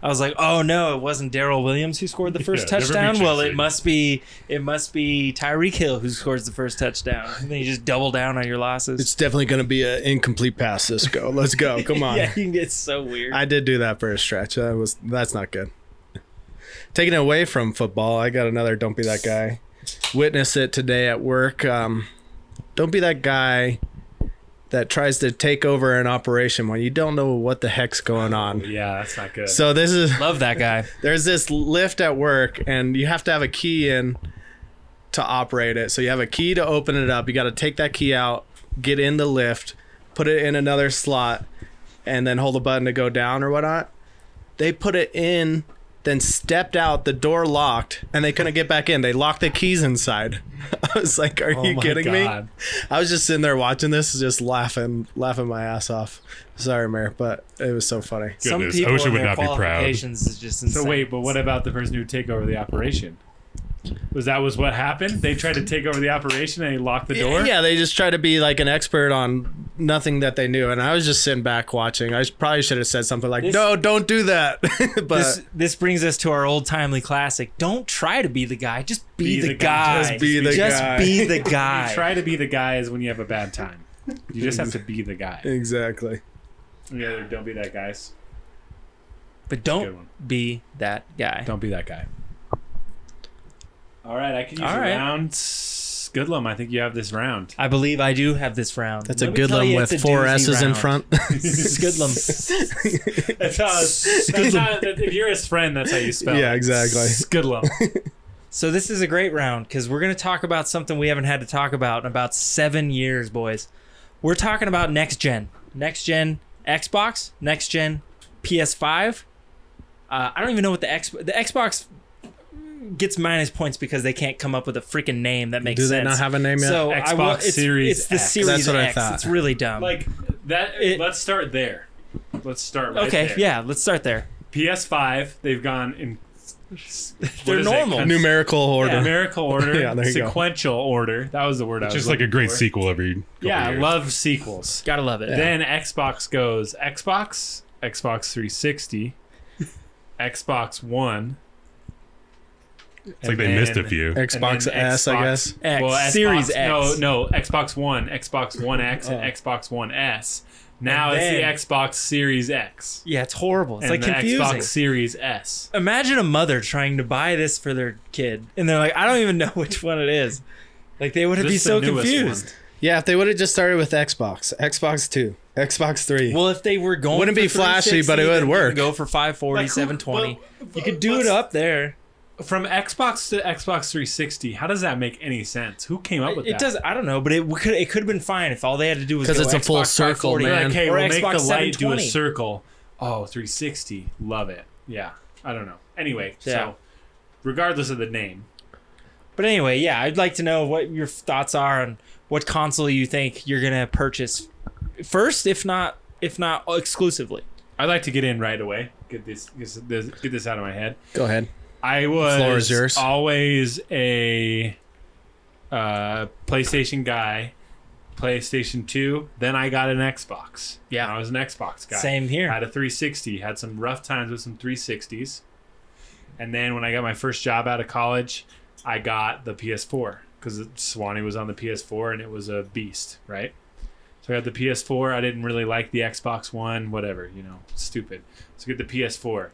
S7: I was like, oh no, it wasn't Daryl Williams who scored the first
S6: Yeah, never be
S7: touchdown. Well,
S6: cheesy.
S7: it must be it must be Tyreek Hill who scores the first touchdown. And then you just double down on your losses.
S3: it's definitely going to be an incomplete pass, Cisco. Let's go. Come on.
S7: yeah, you can get so weird.
S3: I did do that for a stretch. That was that's not good. Taking it away from football, I got another. Don't be that guy. Witness it today at work. Um, don't be that guy that tries to take over an operation when you don't know what the heck's going on.
S4: Yeah, that's not good.
S3: So this is
S7: Love that guy.
S3: there's this lift at work and you have to have a key in to operate it so you have a key to open it up you got to take that key out get in the lift put it in another slot and then hold a button to go down or whatnot they put it in then stepped out the door locked and they couldn't get back in they locked the keys inside i was like are
S4: Oh
S3: you
S4: my
S3: kidding me
S4: God.
S3: i was just sitting there watching this just laughing laughing my ass off sorry mayor but it was so funny
S6: Goodness,
S7: Some people
S6: OSHA
S7: and
S6: would
S7: their
S6: not be proud.
S7: qualifications is just insane.
S4: So wait, but what about the person who would take over the operation? Was that was what happened? They tried to take over the operation and they locked the door.
S3: Yeah, they just try to be like an expert on nothing that they knew, and I was just sitting back watching. I probably should have said something like,
S7: This-
S3: "No, don't do that." but
S7: this this brings us to our old timely classic. Don't try to be the guy. Just be, the, guy.
S4: Just
S3: be the
S7: Just
S3: guy.
S7: be the
S4: When
S7: guy.
S4: you try to be the guy is when you have a bad time. You just have to be the guy.
S3: exactly.
S4: Yeah, don't be that guys.
S7: but
S4: Good
S7: don't
S4: one.
S7: be that guy.
S4: Don't be that guy. All right, I can use
S7: All
S4: a
S7: right.
S4: round. Goodlum, I think you have this round.
S7: I believe I do have this round.
S3: That's
S7: Let
S3: a
S7: me
S3: good
S7: tell
S3: one
S7: you, it's
S3: with
S7: a
S3: four
S7: doozy
S3: S's in
S7: round.
S3: front.
S7: Skidlum.
S4: That's how, that's how- if you're his friend, that's how you spell
S3: yeah,
S4: it.
S3: exactly.
S4: Goodlum.
S7: So this is a great round because we're going to talk about something we haven't had to talk about in about seven years, boys. We're talking about next gen, next gen Xbox, next gen PS5. Uh, I don't even know what the X the Xbox gets minus points because they can't come up with a freaking name that makes
S3: Do they
S7: sense.
S3: not have a name yet?
S7: so I will-
S4: Xbox
S7: it's,
S4: Series
S7: it's the
S4: X.
S7: Series
S3: That's what I
S7: X.
S3: thought.
S7: It's really dumb.
S4: like that
S7: It-
S4: let's start there let's start right
S7: okay,
S4: there.
S7: yeah, let's start there.
S4: ps5 they've gone in
S7: They're
S4: what is it?
S7: normal.
S4: Con-
S3: Numerical order.
S4: numerical order
S3: Yeah, there you go.
S4: sequential order that was the word i was
S6: Just like a
S4: looking
S6: great
S4: for.
S6: sequel every. Couple
S4: yeah i
S6: years.
S4: love sequels
S7: Gotta love it.
S4: then xbox goes xbox xbox 360 xbox one
S6: It's like they missed a few.
S3: Xbox S, I guess.
S7: X,
S4: well, Xbox,
S7: Series X. Oh.
S4: No, no, Xbox One, Xbox One X, and Xbox One S. Now
S7: And then-
S4: it's the Xbox Series X.
S7: Yeah, it's horrible. It's
S4: and
S7: like
S4: the
S7: confusing.
S4: Xbox Series S.
S7: imagine a mother trying to buy this for their kid and they're like i don't even know which one it is like they would
S4: Just
S7: be so
S4: the newest
S7: confused
S4: one.
S3: Yeah, if they would have just started with Xbox, Xbox Two, Xbox Three.
S7: well if they were going
S3: Wouldn't
S7: for
S3: be flashy, but it
S7: 360,
S3: would
S7: then you
S3: work.
S7: could go for 540 720 you could do it
S4: what's-
S7: up there
S4: From Xbox to Xbox 360, how does that make any sense? Who came up with that?
S7: it does i don't know but it w- could it could have been fine if all they had to do was
S3: 'Cause
S7: go
S3: it's a
S7: Xbox
S3: full circle,
S7: 540.
S4: They're
S3: man.
S4: like, hey,
S7: Or
S4: we'll make the
S7: Xbox
S4: light do a
S7: 720.
S4: circle. Oh, 360. Love it. Yeah. I don't know. Anyway,
S7: Yeah.
S4: so regardless of the name,
S7: but anyway yeah i'd like to know what your thoughts are on what console you think you're gonna purchase first if not if not exclusively
S4: I'd like to get in right away. Get this, get this, get this out of my head.
S3: Go ahead.
S4: I was
S3: floor is yours.
S4: always a uh, PlayStation guy, PlayStation 2. Then I got an Xbox.
S7: Yeah.
S4: I was an Xbox guy.
S7: Same here.
S4: Had a 360. Had some rough times with some 360s. And then when I got my first job out of college, I got the PS4 because Swanee was on the PS4 and it was a beast, right? So I got the PS4. I didn't really like the Xbox One, whatever, you know, stupid. So get the PS4.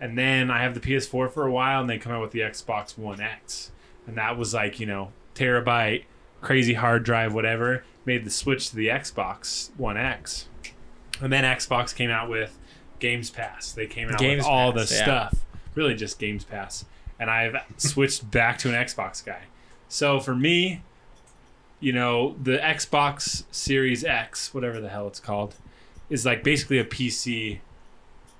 S4: And then I have the PS4 for a while and they come out with the Xbox One X. And that was like, you know, terabyte, crazy hard drive, whatever. Made the switch to the Xbox One X. And then Xbox came out with Games Pass. They came out
S7: Games
S4: with all
S7: Pass,
S4: the
S7: yeah.
S4: stuff. Really just Games Pass. And I've switched back to an Xbox guy. So for me, you know, the Xbox Series X, whatever the hell it's called, is like basically a PC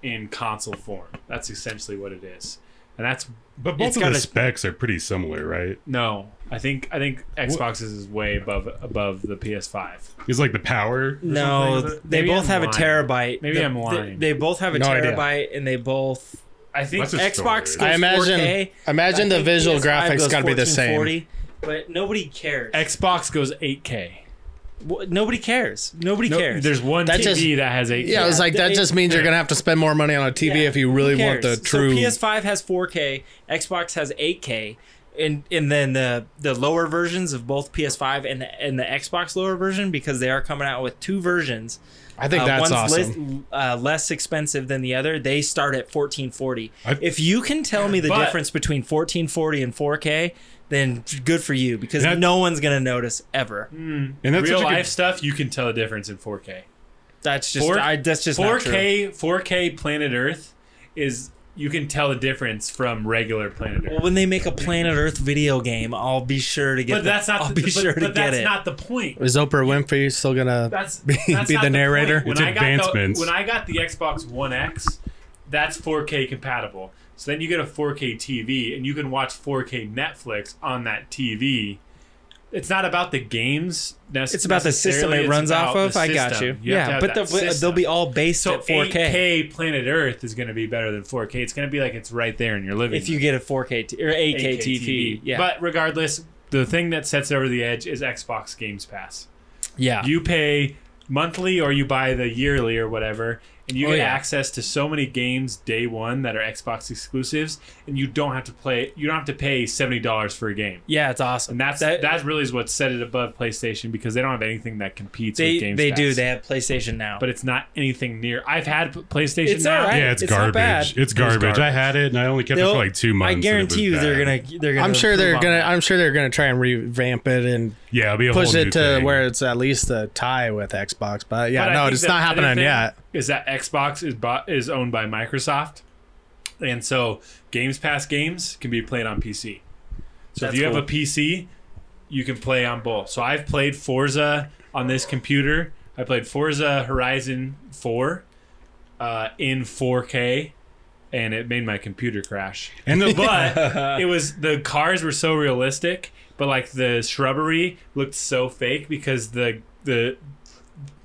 S4: in console form. That's essentially what it is. And that's
S6: But
S4: It's
S6: both
S4: got
S6: of the
S4: a-
S6: specs are pretty similar, right?
S4: no, I think I think Xbox's is way above above the PS5.
S6: It's like the power.
S7: No,
S4: something?
S7: they
S4: Maybe
S7: both have
S4: I'm
S7: a
S4: lying.
S7: terabyte.
S4: Maybe
S7: The-
S4: I'm
S7: the-
S4: lying.
S7: They, both have a
S6: No idea.
S7: terabyte, and they both
S4: I think
S6: What's his
S7: Xbox. goes
S6: story?
S3: I imagine.
S7: 4K,
S3: Imagine
S7: I
S3: the
S7: think
S3: visual
S7: PS5
S3: graphics
S7: goes
S3: got to be the same.
S7: 1440, But nobody cares.
S4: Xbox goes 8K.
S7: Wh- nobody cares. Nobody
S4: No,
S7: cares.
S4: There's one
S3: That
S4: TV
S3: just-
S4: that has 8K.
S3: Yeah, it was like that
S7: they-
S3: just means you're gonna have to spend more money on a TV
S7: Yeah,
S3: if you really
S7: Who
S3: want the
S7: cares?
S3: true.
S7: So PS5 has 4K, Xbox has 8K, and and then the the lower versions of both PS5 and the, and the Xbox lower version because they are coming out with two versions.
S3: I think
S7: Uh,
S3: that's
S7: one's
S3: awesome.
S7: le- uh, less expensive than the other. They start at 1440.
S6: I-
S7: if you can tell me the
S4: But-
S7: difference between 1440 and 4K, then good for you because
S6: That-
S7: no one's gonna notice ever.
S6: And that's
S4: Real
S6: such a
S4: life stuff, you can tell the difference in 4K.
S7: That's just
S4: Four-
S7: I, that's just not true.
S4: 4K 4K Planet Earth is you can tell the difference from regular Planet Earth.
S7: Well, when they make a Planet Earth video game, I'll be sure to get.
S4: but that's not
S7: I'll
S4: the,
S7: be
S4: but-
S7: sure
S4: but
S7: to get
S4: that's
S7: it.
S4: not the point.
S3: Is Oprah Winfrey still gonna?
S4: That's,
S3: Be-
S4: that's
S3: be
S4: not
S3: the narrator?
S4: point. When
S6: It's
S4: I got the-
S6: advancements.
S4: when I got the Xbox One X, that's 4K compatible. So then you get a 4K TV and you can watch 4K Netflix on that TV. It's not about the games. nec-
S7: It's about the system
S4: necessarily,
S7: it
S4: it's
S7: runs off
S4: about
S7: of.
S4: the
S7: I got
S4: system.
S7: you.
S4: have
S7: yeah,
S4: to have
S7: but
S4: that
S7: the, but
S4: system.
S7: they'll be all based
S4: So
S7: at 4K.
S4: 8K Planet Earth is going to be better than 4K. It's going to be like it's right there in your living
S7: if you get a 4K t- or 8K,
S4: room.
S7: TV. Yeah,
S4: But regardless, the thing that sets over the edge is Xbox Games Pass.
S7: yeah,
S4: You pay monthly or you buy the yearly or whatever, and you
S7: Oh,
S4: get
S7: yeah.
S4: access to so many games day one that are Xbox exclusives, and you don't have to play. You don't have to pay seventy dollars for a game.
S7: yeah, it's awesome.
S4: And that's that, really is what set it above PlayStation because they don't have anything that competes
S7: they
S4: with Games
S7: they
S4: Pass.
S7: do. They have PlayStation now.
S4: but it's not anything near. I've had PlayStation
S7: It's
S4: now.
S7: all right.
S6: Yeah, it's,
S7: It's not bad.
S6: garbage. It's garbage.
S4: garbage.
S6: I had it and I only kept it
S7: They'll-
S6: for like two months.
S7: I
S6: and it
S7: guarantee you,
S6: was
S7: they're
S6: bad.
S7: gonna they're gonna.
S3: I'm sure they're
S7: improve on
S3: gonna.
S7: that.
S3: I'm sure they're gonna try and revamp it and
S6: Yeah, it'll be a
S3: push
S6: whole new
S3: it to
S6: thing.
S3: where it's at least a tie with Xbox. But yeah,
S4: But I
S3: no,
S4: think
S3: it's
S4: the
S3: not
S4: other
S3: happening
S4: thing
S3: yet.
S4: Is that Xbox is bought, is owned by Microsoft, and so Games Pass games can be played on PC. So
S7: That's
S4: if you have a
S7: cool.
S4: PC, you can play on both. So I've played Forza on this computer. I played Forza Horizon Four uh, in 4K, and it made my computer crash
S6: and the
S4: but it was the cars were so realistic, but like the shrubbery looked so fake because the the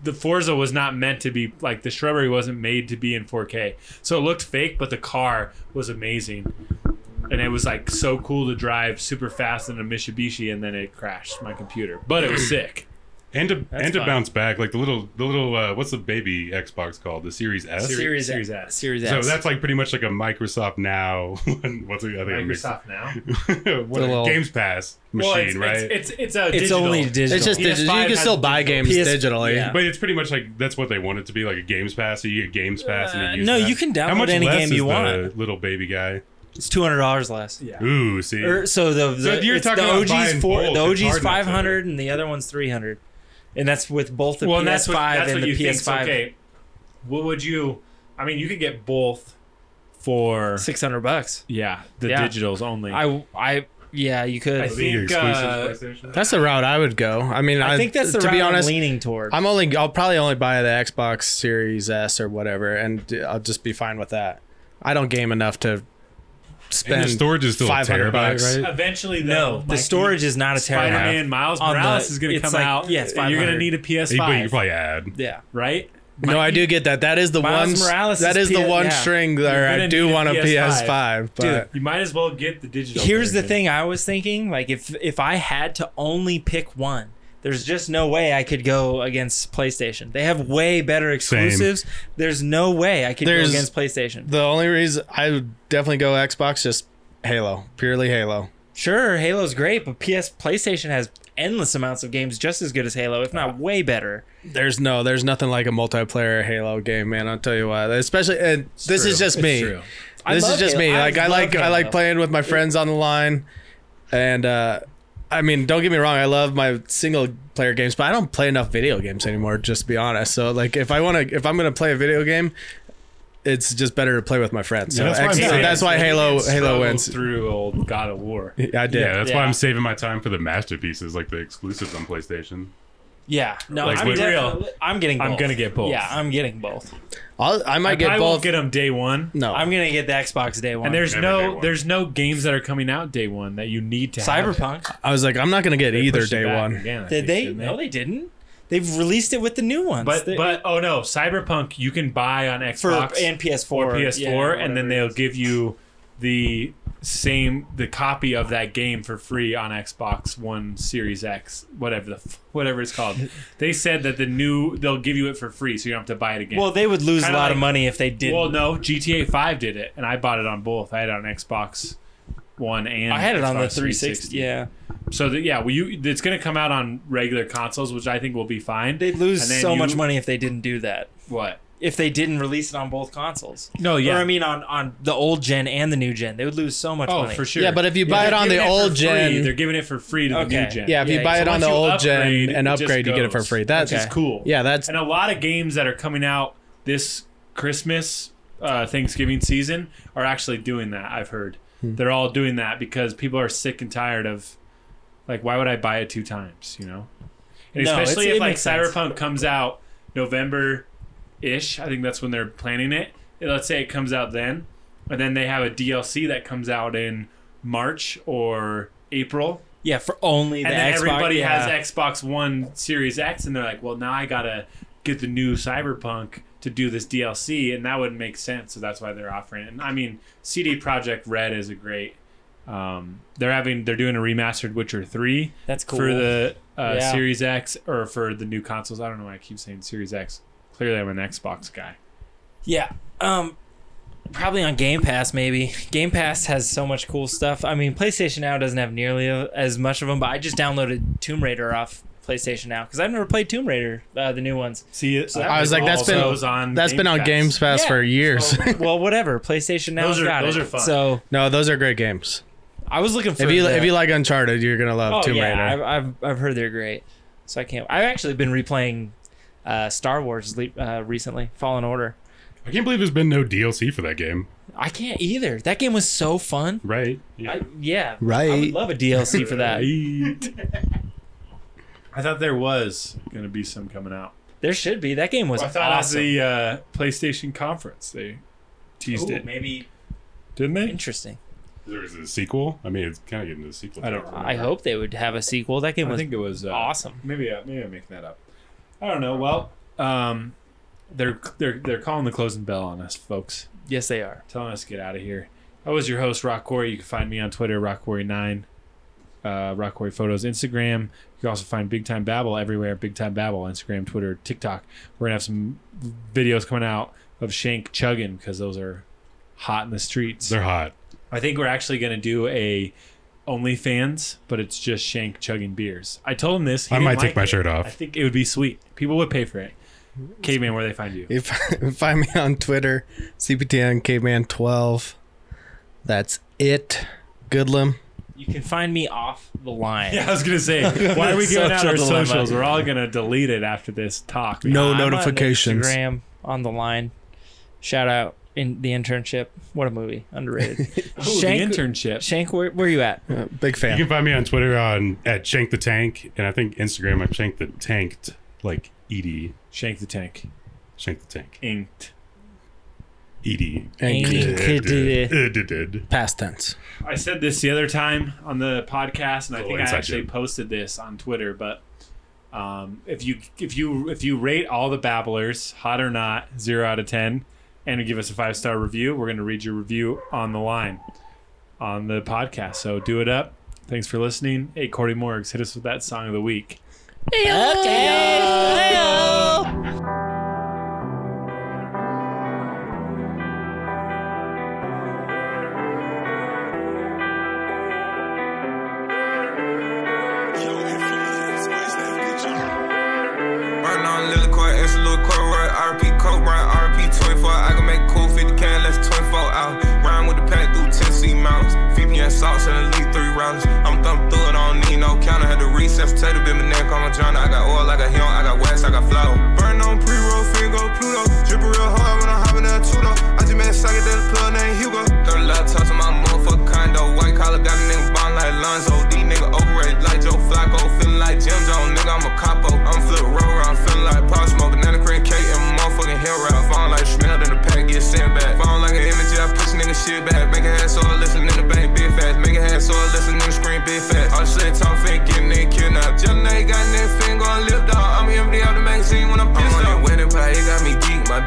S4: the Forza was not meant to be like the shrubbery wasn't made to be in 4K. So it looked fake, but the car was amazing. And it was like so cool to drive super fast in a Mitsubishi and then it crashed my computer. But it was sick.
S6: and to and to
S7: fine.
S6: bounce back, like the little the little uh, what's the baby Xbox called? The Series S.
S7: Series
S4: Series
S7: X.
S4: S.
S7: Series
S6: So
S7: X.
S6: that's like pretty much like a Microsoft Now. what's the other
S4: Microsoft now.
S6: what,
S3: little-
S6: Games Pass machine,
S4: well, it's,
S6: right?
S4: it's, it's it's a
S7: it's
S4: digital.
S7: only digital.
S3: It's just
S4: PS5
S3: digital. You can
S4: has
S3: still buy
S4: digital.
S3: games
S7: PS
S3: digitally.
S7: yeah.
S6: but it's pretty much like that's what they want it to be, like a Games Pass. So you get Games Pass and
S7: Uh,
S6: it uses
S7: no,
S6: that.
S7: you can
S6: How
S7: download
S6: much
S7: any
S6: less
S7: game
S6: is
S7: you
S6: the
S7: want.
S6: Little baby guy.
S7: it's two hundred dollars less.
S4: Yeah.
S6: Ooh, see,
S7: Or, so the, the,
S6: So if you're
S7: it's
S6: talking
S7: the
S6: about
S7: OG's
S6: buying
S7: four,
S6: both,
S7: the
S6: it's
S7: OG's
S6: hard not to.
S7: five hundred and the other one's three hundred, and that's with both the
S4: well,
S7: PS5
S4: and that's what, that's
S7: and
S4: what
S7: the
S4: you think's
S7: PS5
S4: okay. What would you? I mean, you could get both for
S7: six hundred bucks.
S4: yeah the
S7: Yeah.
S4: digitals only.
S7: I I yeah, you could.
S4: I
S6: Your
S4: think uh,
S6: exclusive PlayStation?
S3: That's the route I would go. I mean,
S7: I think that's the
S3: to
S7: route
S3: be honest.
S7: I'm leaning toward.
S3: I'm only. I'll probably only buy the Xbox Series S or whatever, and d- I'll just be fine with that. I don't game enough to
S6: And
S3: spend
S6: the storage is still a
S3: 500
S6: terabyte,
S3: bucks.
S6: right?
S4: eventually though,
S7: no, the storage is not a
S4: Spider
S7: terabyte.
S4: Man Miles
S7: On the-
S4: Morales is going to
S7: it's
S4: come
S7: like-
S4: out.
S7: yeah, it's
S4: and you're going
S7: 500.
S4: to need a
S6: Hey, But you
S4: PS5,
S6: could probably add.
S7: Yeah.
S4: right?
S3: No, I do get that. That is the
S7: Miles
S3: one.
S7: Morales
S3: that
S7: is
S3: is the
S7: P-
S3: one
S7: yeah.
S3: string
S4: You're
S3: that I
S4: gonna
S3: do
S4: need a
S3: want a
S4: PS5.
S3: PS5. But
S4: You might as well get the digital.
S7: Here's the
S4: version.
S7: thing I was thinking, like if if I had to only pick one, there's just no way I could go against PlayStation. They have way better exclusives. There's no way I could
S3: There's-
S7: go against PlayStation.
S3: the only reason I would definitely go Xbox just Halo, purely Halo.
S7: Sure, Halo's great, but PS PlayStation has endless amounts of games just as good as Halo, if not way better.
S3: There's no, there's nothing like a multiplayer Halo game, man. I'll tell you what. Especially, and this is just me.
S4: true.
S7: I
S3: This
S7: love
S3: is just
S7: Halo.
S3: me.
S7: I
S3: Like I
S7: love
S3: like I like
S7: Halo.
S3: playing with my friends on the line, and uh, I mean, don't get me wrong. I love my single player games, but I don't play enough video games anymore. Just to be honest. So like, if I want to, if I'm gonna play a video game, it's just better to play with my friends. So
S6: Yeah,
S3: X-
S6: that's why
S3: that's,
S6: I'm
S3: why,
S6: saying
S3: Halo
S4: Like, it
S3: Halo
S4: struggled
S3: wins.
S4: through old God of War.
S3: I did.
S6: Yeah, that's why
S7: Yeah.
S6: I'm saving my time for the masterpieces, like the exclusives on PlayStation.
S7: Yeah, no,
S4: Like,
S7: I'm
S4: with-
S7: definitely- I'm getting. Both.
S4: I'm gonna get both.
S7: Yeah, I'm getting both.
S3: I'll, I might
S4: I
S3: get
S4: probably
S3: both.
S4: won't get them day one.
S3: no,
S7: I'm gonna get the Xbox day one.
S4: Oh. And there's
S6: Never day
S4: no
S6: one.
S4: there's no games that are coming out day one that you need to have.
S7: Cyberpunk.
S3: I was like, I'm not gonna get
S4: They
S3: either
S4: pushed it
S3: day
S4: back
S3: one.
S4: again, I
S7: Did
S4: think,
S7: they?
S4: didn't
S7: No, they didn't. They've released it with the new ones.
S4: But
S7: They-
S4: but oh no, Cyberpunk you can buy on
S7: for
S4: Xbox
S7: and PS4,
S4: or PS4,
S7: yeah,
S4: and then
S7: whatever.
S4: they'll give you the same the copy of that game for free on Xbox One Series X, whatever the f- whatever it's called. they said that the new they'll give you it for free, so you don't have to buy it again.
S7: Well, they would lose
S4: Kinda
S7: a lot
S4: like-
S7: of money if they did.
S4: Well,
S7: not
S4: no, GTA Five did it, and I bought it on both. I had it on Xbox One and
S7: I had it on the
S4: Xbox
S7: 360. Yeah,
S4: So that yeah, well, you it's going to come out on regular consoles, which I think will be fine.
S7: they'd lose
S4: And then
S7: so
S4: you-
S7: much money if they didn't do that.
S4: What?
S7: If they didn't release it on both consoles.
S4: No,
S7: Or I mean, on on the old gen and the new gen, they would lose so much
S4: oh,
S7: money.
S4: for sure.
S3: Yeah, but if you buy it
S4: they're
S3: on the
S4: giving for
S3: old
S4: free.
S3: gen-
S4: they're giving it for free to the
S7: Okay.
S4: new gen.
S3: Yeah, if
S7: Yeah,
S3: you buy
S7: so
S3: it on
S4: once
S3: the
S4: you
S3: old
S4: upgrade,
S3: gen and
S4: it just
S3: upgrade, you get it for
S4: goes.
S3: free. That's
S4: which is cool.
S3: yeah, that's
S4: and a lot of games that are coming out this Christmas, uh, Thanksgiving season are actually doing that. I've heard
S7: Hmm.
S4: they're all doing that because people are sick and tired of, like, why would I buy it two times? You know, and
S7: No,
S4: especially
S7: it's- it
S4: if like
S7: makes sense.
S4: Cyberpunk comes out November ish. I think that's when they're planning it. Let's say it comes out then, and then they have a DLC that comes out in March or April
S7: yeah, for only the
S4: and then
S7: Xbox.
S4: everybody
S7: yeah.
S4: has Xbox One Series X, and they're like, "Well, now I gotta get the new Cyberpunk to do this DLC," and that wouldn't make sense. So that's why they're offering it. And I mean, CD Project Red is a great. Um, they're having they're doing a remastered Witcher three
S7: That's cool.
S4: for the uh,
S7: Yeah.
S4: Series X or for the new consoles. I don't know why I keep saying Series X. Clearly, I'm an Xbox guy.
S7: Yeah. Um probably on Game Pass maybe. Game Pass has so much cool stuff. I mean, PlayStation Now doesn't have nearly as much of them, but I just downloaded Tomb Raider off PlayStation Now cuz I've never played Tomb Raider, uh, the new ones.
S4: See, so
S3: I was like, that's been-
S4: on
S3: that's been on Games Pass
S7: Yeah.
S3: for years.
S7: well, whatever. PlayStation Now
S4: Those are-
S7: got
S4: those
S7: it.
S4: are fun.
S7: So,
S3: no, those are great games.
S7: I was looking for
S3: If you
S7: the-
S3: if you like Uncharted, you're gonna love
S7: Oh
S3: Tomb
S7: yeah,
S3: Raider.
S7: I've, I've I've heard they're great. So I can't I've actually been replaying uh, Star Wars le- uh, recently, Fallen Order.
S6: I can't believe there's been no DLC for that game.
S7: I can't either. That game was so fun.
S6: Right? Yeah.
S7: I, yeah. I would
S3: Right.
S7: love a DLC for that.
S4: I thought there was gonna be some coming out.
S7: There should be. That game was
S4: I thought
S7: awesome.
S4: at the uh, PlayStation conference they teased
S7: Ooh,
S4: it,
S7: maybe
S4: didn't they?
S7: interesting.
S6: There's a sequel. I mean, it's kind of getting a sequel.
S4: I don't.
S6: know.
S4: Remember.
S7: I hope they would have a sequel. That game
S4: I
S7: was
S4: think it was uh,
S7: awesome.
S4: Maybe uh, maybe I'm making that up. I don't know. Well, um, they're they're they're calling the closing bell on us, folks.
S7: Yes, they are.
S4: Telling us to get out of here. I was your host, Rock Quarry. You can find me on Twitter, Rock Quarry Nine, uh, Rock Quarry Photos, Instagram. You can also find Big Time Babble everywhere. Big Time Babble, Instagram, Twitter, TikTok. We're gonna have some videos coming out of Shank chugging because those are hot in the streets.
S6: They're hot.
S4: I think we're actually going to do a OnlyFans, but it's just Shank chugging beers. I told him this. He
S6: I
S4: didn't
S6: might take
S4: like
S6: my
S4: it.
S6: shirt
S4: I
S6: off.
S4: think it would be sweet. People would pay for it. Caveman, where they find you?
S3: If find me on Twitter, CPTN Caveman twelve. That's it. Goodlum.
S7: You can find me off the line.
S4: Yeah, I was gonna say, why are we giving out
S7: Social
S4: our
S7: dilemma.
S4: socials? We're all gonna delete it after this talk.
S3: No
S7: I'm on
S3: notifications.
S7: Instagram on the line. Shout out in the internship. What a movie. Underrated.
S3: Oh,
S4: Ooh,
S7: Shank,
S4: the internship.
S7: Shank, where, where you at?
S3: Uh, big
S6: You
S3: fan.
S6: can find me on Twitter on at Shank the Tank, and I think Instagram I'm Shank the Tanked, like ED.
S4: Shank the tank.
S6: Shank the Tank. E
S4: Inked.
S6: ED.
S3: And
S7: Ain't
S3: good.
S7: kid did it.
S3: past tense.
S4: I said this the other time on the podcast, and I
S6: Little
S4: think I
S6: inside
S4: actually
S6: joke.
S4: posted this on Twitter. But um, if you if you if you rate all the babblers hot or not zero out of ten, and give us a five star review, we're gonna read your review on the line on the podcast. So do it up. Thanks for listening. Hey, Cordy Morgs, hit us with that song of the week.
S8: Burn on Lil' Court, it's a little court, right? RP Coke, right? RP 24. I can make cool 50 can, left 24 out. Rhyme with the pack through Tennessee mountains. Feed me at salts and elite three rounds. I'm thumb through it, I don't need no counter. Had to resuscitate a bit, my name call my John. I got oil, I got him, I got wax, I got flour. Burn on pre roll, finger, Pluto. Drippin' real hard when I hop in that two though. I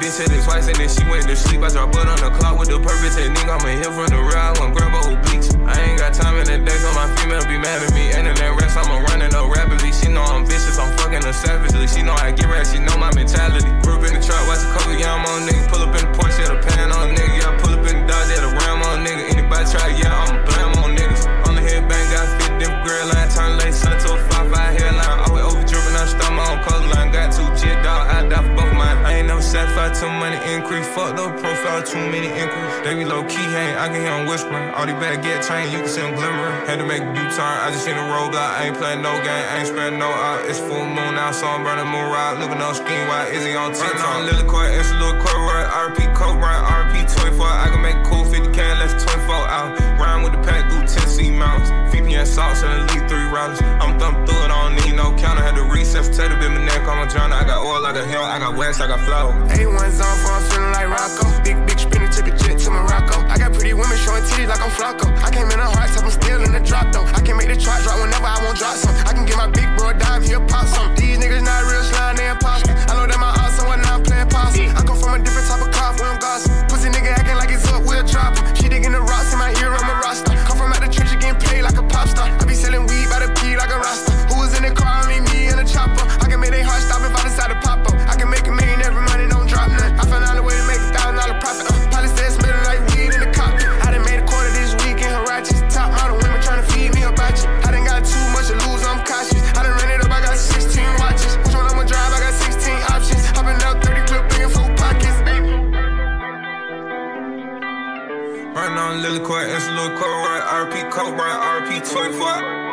S8: bitch at it twice and then she went to sleep. I drop blood on the clock with the perfect technique. I'ma hit from the ride, I'm grab obliques. I ain't got time in the day, so my female be mad at me. And in that rest, I'ma run it up rapidly. She know I'm vicious, I'm fucking her savagely. She know I get rats, she know my mentality. Grew up in the trap, watch the cover, yeah, I'm on nigga. Pull up in the Porsche, at a pan on nigga. Yeah, I pull up in the Dodge, at a Ram on nigga. Anybody try, yeah, I'ma blame on niggas. On the headband, got fit dip grill line, turn late sun to a 5-5 hairline. Always over dripping, I'm stuck, my own color line. Got two chip dog, I die for both mine. I ain't never satisfied till money increase. Fucked up profile, too many inquiries. They be low key, hang, I can hear them whispering. All these bad get trained, you can see them glimmering. Had to make a U turn, I just seen a roadblock. I ain't playing no game, I ain't spreading no out. It's full moon now, so I'm burning moon ride. Looking no scheme, why is he on TikTok? Right now, Lil' Court, it's a little court, right? RP Court, right? RP 24, I can make cool 50k, less 24 out. Rhyme with the pack through Tennessee mountains. VPN socks and elite three routers. I'm thumped through it, I don't need no counter. Had to recess, potato bit my neck, I'm a drowner. I got oil, I got hell, I got wax, I got flow.
S9: A1's on for I'm feeling like Rocco. Big bitch spinning, took a jet to Morocco. I got pretty women showing titties like I'm Flocko. I came in a hard top, I'm still in the drop though. I can make the chart drop whenever I want drop some. I can get my big bro a dime, he'll pop some. These niggas not real slime, they imposter. I know that my odds are now I'm playing possum. I come from a different type of cloth, we don't gossip. Pussy nigga acting like it's up, we'll drop him. She digging the rocks in my ear, I'm a roster. Come from out the trenches, getting played like a pop star. I be selling weed by the P like a roster. Who was in the car, only me and a chopper. I can make they heart stop if I decide to pop up. I can make a million every money, don't drop none. I found out a way to make a thousand dollar profit. Uh, Probably said smelling like weed in the cockpit. I done made a quarter this week in Hirachis. Top model women tryna feed me a budget. I done got too much to lose, I'm cautious. I done ran it up, I got 16 watches. Which one I'ma drive? I got 16 options. I've been out 30 clip in four pockets.
S8: Right now, Lil' Court, it's a little court, right? RP Court, right? RP 24.